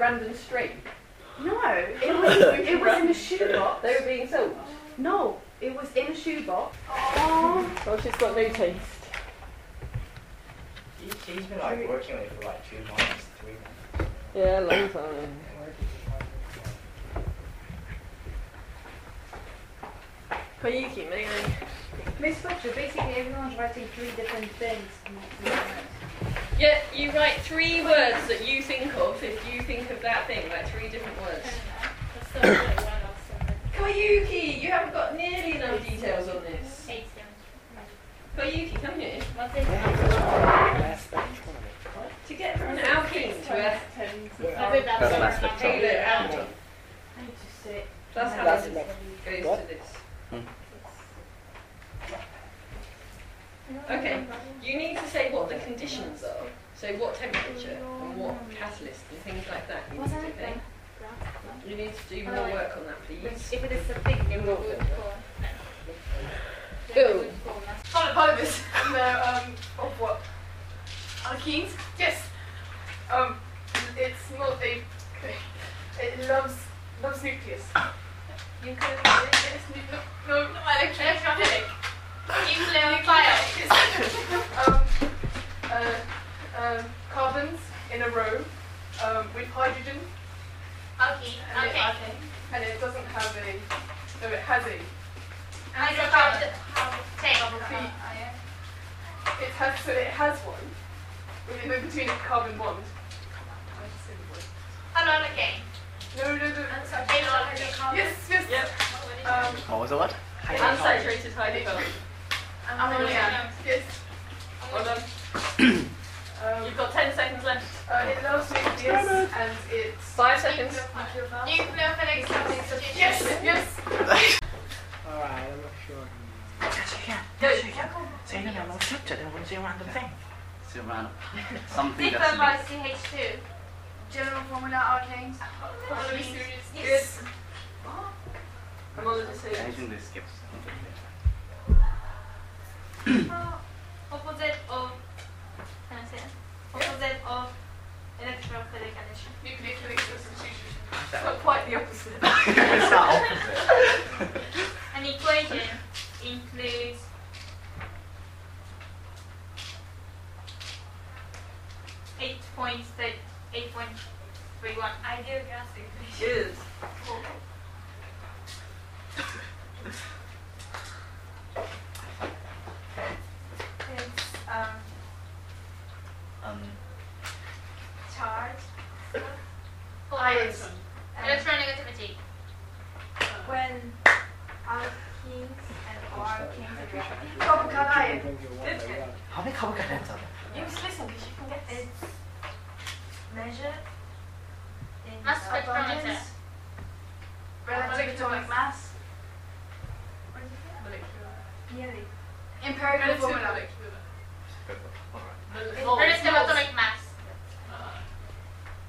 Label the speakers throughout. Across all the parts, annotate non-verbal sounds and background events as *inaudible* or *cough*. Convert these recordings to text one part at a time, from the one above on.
Speaker 1: random street.
Speaker 2: *laughs*
Speaker 3: No, it was, it was in a shoebox.
Speaker 1: They were being sold.
Speaker 3: No, it was in a shoebox.
Speaker 1: Well, she's got no taste.
Speaker 4: He, she's been like working on it for like two months, three months.
Speaker 1: Yeah, long time. Koyuki, maybe.
Speaker 5: Miss Fletcher, basically everyone's writing three different things.
Speaker 6: Yeah, you write three words that you think of if you think of that thing, like three different words. Koyuki, you haven't got nearly enough details on this. Koyuki, come here. To get from an alkene to a halo alkene, that's how this goes to this. Okay, you need to say what the conditions are. So what temperature and what catalyst and things like that you need to do. You need to do more work on that, please.
Speaker 5: If it is something
Speaker 1: You're not good.
Speaker 2: Follow, follow this. And, uh, um, of what? Alkenes? Yes. Um, it's not a. It loves loves nucleus.
Speaker 5: You
Speaker 2: It is nu- no, no, not electromagnetic.
Speaker 5: Nuclear
Speaker 2: um, uh, um, carbons in a row um, with hydrogen,
Speaker 5: Okay,
Speaker 2: and, it, and it doesn't have a. No, it has a.
Speaker 5: Hydrocarbon.
Speaker 2: Hydrocarbon. It has so it has one. With it between a carbon bond. I just said the word.
Speaker 5: Hello again.
Speaker 2: No, no, no. Yes, yes. Um,
Speaker 4: What was the word?
Speaker 6: Unsaturated hydrocarbon.
Speaker 2: ammonia. Yes.
Speaker 6: Well done.
Speaker 2: Um,
Speaker 6: You've got 10 seconds left.
Speaker 2: uh, it loves nucleus and it's.
Speaker 6: Five seconds.
Speaker 5: Nucleophilic substitution.
Speaker 2: Yes, yes.
Speaker 4: Alright, I'm not sure.
Speaker 6: Go.
Speaker 4: Say no, no, chapter, then we'll say a random thing.
Speaker 7: Sit around. Something
Speaker 5: Different
Speaker 7: that's.
Speaker 5: by CH2.
Speaker 2: General formula arcanes. Very serious.
Speaker 5: Yes.
Speaker 6: I'm on the decision.
Speaker 7: Anything that skips.
Speaker 5: Opposite of. Can I say it? Opposite of electrophilic addition.
Speaker 2: Nucleophilic substitution. It's not quite the opposite. Yes.
Speaker 7: *laughs* it's not opposite.
Speaker 5: An equation includes. Eight point six, eight point three one. Ideal gas equation.
Speaker 6: Cheers.
Speaker 5: It's um
Speaker 7: Um,
Speaker 5: charge.
Speaker 2: Ions.
Speaker 5: Electronegativity. When alkenes and alkenes react,
Speaker 7: how many carbon cadets are there?
Speaker 2: You must listen because you can get this.
Speaker 5: it's measured in
Speaker 8: Mass spectrometer.
Speaker 5: abundance
Speaker 2: Relative atomic mass.
Speaker 5: yearly.
Speaker 2: Empirical formula.
Speaker 8: Notice the atomic mass.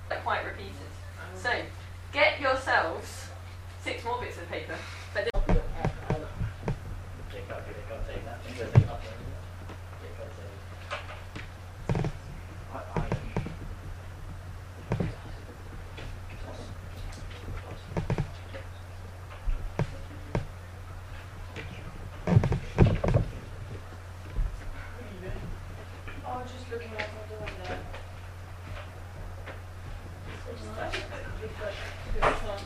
Speaker 6: That quite repeated. So, get yourselves six more bits of paper. But then-
Speaker 2: Oh, just looking at the window.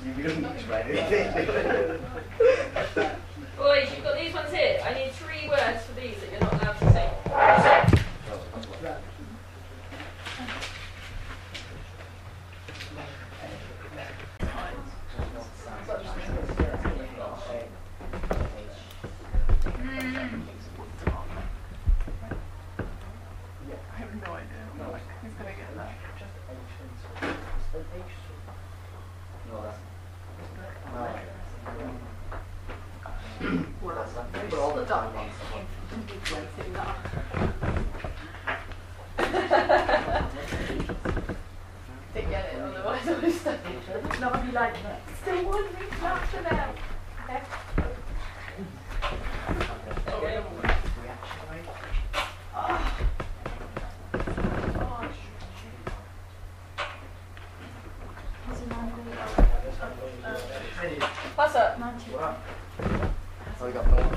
Speaker 4: You really need to write anything.
Speaker 6: boys, you've got these ones here. I need three words for these that you're not allowed to say.
Speaker 2: I have no idea. Who's gonna get that?
Speaker 4: No, that's. No. That's not. But all the time on someone.
Speaker 2: They get it, otherwise I'll just not be like that. Still one week after them.
Speaker 6: Okay.
Speaker 2: It's Um,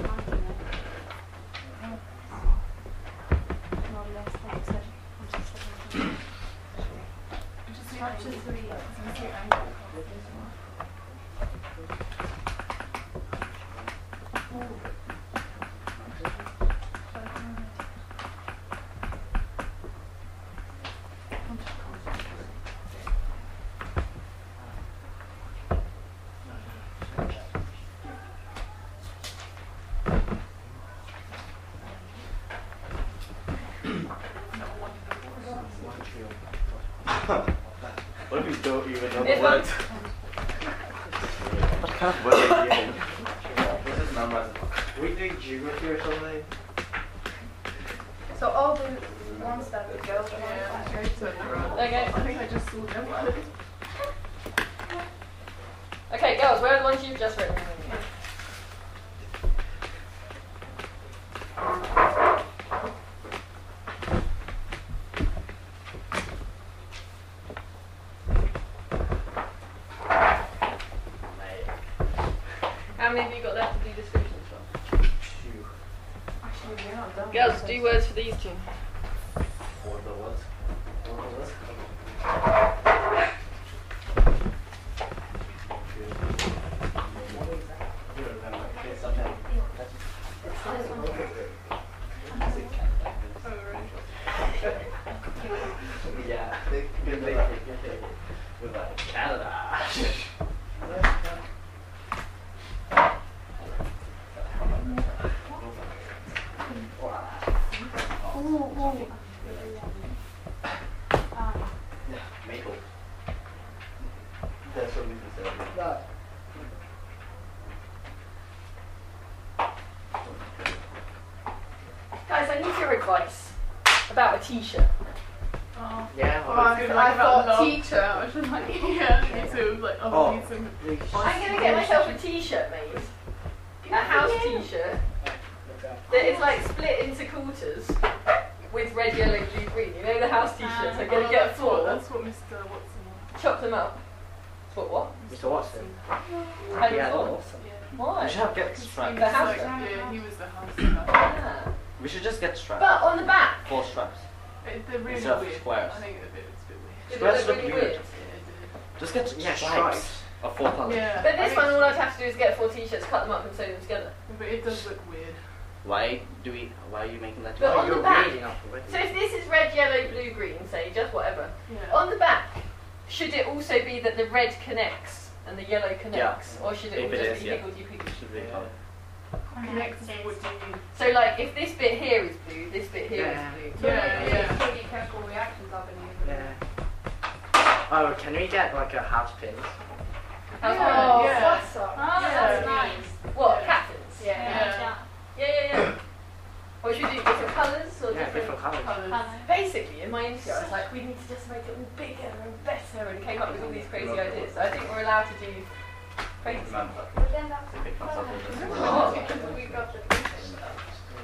Speaker 2: two angles. Two angles.
Speaker 4: What if you don't even know
Speaker 6: This
Speaker 4: the
Speaker 6: one.
Speaker 4: words?
Speaker 7: What kind of word are you using? This is numbers.
Speaker 4: We do geography or something.
Speaker 3: So all the ones that the girls were
Speaker 2: Yeah,
Speaker 3: on.
Speaker 2: I tried to interrupt.
Speaker 6: Okay.
Speaker 2: I think I just saw them. *laughs*
Speaker 6: Okay, girls, where are the ones you've just written?
Speaker 9: How many have you got left to do descriptions from?
Speaker 4: Two.
Speaker 2: Actually, we're not done.
Speaker 6: Girls, do words for these two.
Speaker 4: What the words? What the words? You remember, it's something.
Speaker 2: Oh, right.
Speaker 4: Yeah, they, good thing, good thing. With like Canada.
Speaker 7: Yeah, maple.
Speaker 4: That's what we consider.
Speaker 3: Guys, I need your advice.
Speaker 6: About a t-shirt.
Speaker 2: Oh.
Speaker 4: Yeah.
Speaker 2: Oh,
Speaker 4: well,
Speaker 2: I,
Speaker 4: it's good
Speaker 2: I
Speaker 4: like about
Speaker 2: thought
Speaker 4: love.
Speaker 2: teacher. I was just like, *laughs* yeah, me too. I was like, oh,
Speaker 4: Oh.
Speaker 2: I need some.
Speaker 6: I'm gonna get myself a t-shirt made. A house t-shirt that is like split into quarters with red, yellow, blue, green. You know the house t-shirts. I'm gonna
Speaker 2: Oh,
Speaker 6: get
Speaker 2: that's what,
Speaker 6: four,
Speaker 2: that's what Mr. Watson wants.
Speaker 6: chop them up. But what?
Speaker 4: Mr. Watson.
Speaker 6: Had
Speaker 7: Yeah,
Speaker 6: four.
Speaker 7: We
Speaker 6: Why?
Speaker 7: should have get
Speaker 2: He
Speaker 7: straps.
Speaker 2: was
Speaker 6: house
Speaker 2: like,
Speaker 6: guy.
Speaker 2: yeah, he was the house guy.
Speaker 6: Ah.
Speaker 7: We should just get straps.
Speaker 6: But on the back,
Speaker 7: Four straps.
Speaker 2: It- They're really
Speaker 7: Instead of
Speaker 2: weird.
Speaker 7: squares.
Speaker 2: I think it's a bit, it's a bit weird.
Speaker 6: it look
Speaker 7: Squares look
Speaker 6: really
Speaker 7: weird.
Speaker 6: weird.
Speaker 7: Just get
Speaker 4: Yeah,
Speaker 7: stripes
Speaker 4: stripes.
Speaker 7: of four colours.
Speaker 2: Yeah.
Speaker 6: But this
Speaker 2: I
Speaker 6: one,
Speaker 2: think-
Speaker 6: all I'd have to do is get four t-shirts, cut them up, and sew them together.
Speaker 2: But it does look weird.
Speaker 7: Why do we? Why are you making that?
Speaker 6: But
Speaker 7: joke?
Speaker 6: on the back-
Speaker 4: already.
Speaker 6: So if this is red, yellow, blue, green, say just whatever.
Speaker 2: Yeah.
Speaker 6: On the back, should it also be that the red connects and the yellow connects, or should it
Speaker 7: If
Speaker 6: all
Speaker 7: it
Speaker 6: just
Speaker 7: is,
Speaker 6: be
Speaker 7: yeah.
Speaker 6: higgledy piggledy?
Speaker 7: Should be a colour.
Speaker 2: Connected, what do you mean?
Speaker 6: So like, if this bit here is blue, this bit here is
Speaker 4: Yeah.
Speaker 6: blue.
Speaker 2: Yeah, yeah.
Speaker 3: Pretty careful reactions, I believe.
Speaker 4: Yeah. Oh, can we get like a house pin?
Speaker 6: How's
Speaker 2: Oh,
Speaker 6: that?
Speaker 2: yeah.
Speaker 3: What's up?
Speaker 5: Oh, that's
Speaker 2: Yeah.
Speaker 5: nice.
Speaker 6: What captains?
Speaker 3: Yeah.
Speaker 2: Yeah.
Speaker 6: yeah, yeah. yeah. Or should we do different colours or
Speaker 4: Yeah, different colours.
Speaker 2: Colours.
Speaker 5: Colour.
Speaker 6: Basically, in my interview, I was like, we need to just make it all bigger and better, and came up with all these crazy ideas. So I think we're allowed to do crazy stuff.
Speaker 7: Remember,
Speaker 3: But then that's
Speaker 7: if it comes up with this.
Speaker 6: Oh.
Speaker 3: because we've got the pictures.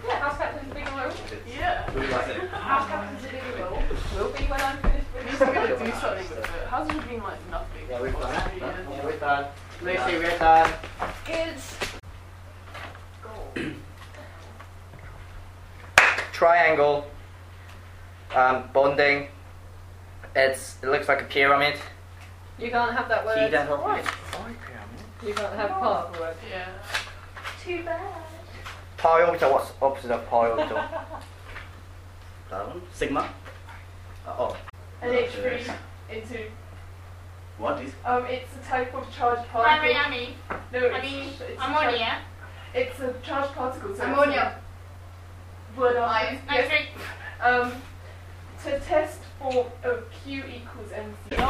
Speaker 6: Yeah, house captains big and low.
Speaker 2: Yeah.
Speaker 7: We like it.
Speaker 3: House captain's a big role.
Speaker 6: Will be when I'm finished with
Speaker 2: We just gotta do something with it. How's it been like nothing?
Speaker 4: Yeah, we've
Speaker 2: for
Speaker 4: done that.
Speaker 2: three years?
Speaker 4: Yeah, we're done. Lucy, we're done.
Speaker 6: kids.
Speaker 4: Triangle. Um, bonding. It's it looks like a pyramid.
Speaker 6: You can't have that word.
Speaker 4: pyramid.
Speaker 6: You can't have part of the word.
Speaker 2: Yeah.
Speaker 3: Too bad.
Speaker 4: Pi orbital. What's opposite of pi orbital?
Speaker 7: That one. Sigma. Uh, oh.
Speaker 2: And it's free into
Speaker 7: What is?
Speaker 2: um it's a type of charged
Speaker 5: Primary
Speaker 2: particle.
Speaker 5: amine,
Speaker 2: No,
Speaker 5: I
Speaker 2: it's,
Speaker 5: mean,
Speaker 2: it's a charged-
Speaker 5: ammonia,
Speaker 2: It's a charged particle, so
Speaker 3: Ammonia.
Speaker 2: it's word after- yes.
Speaker 5: nitric
Speaker 2: Um to test for of Q uh, equals MC.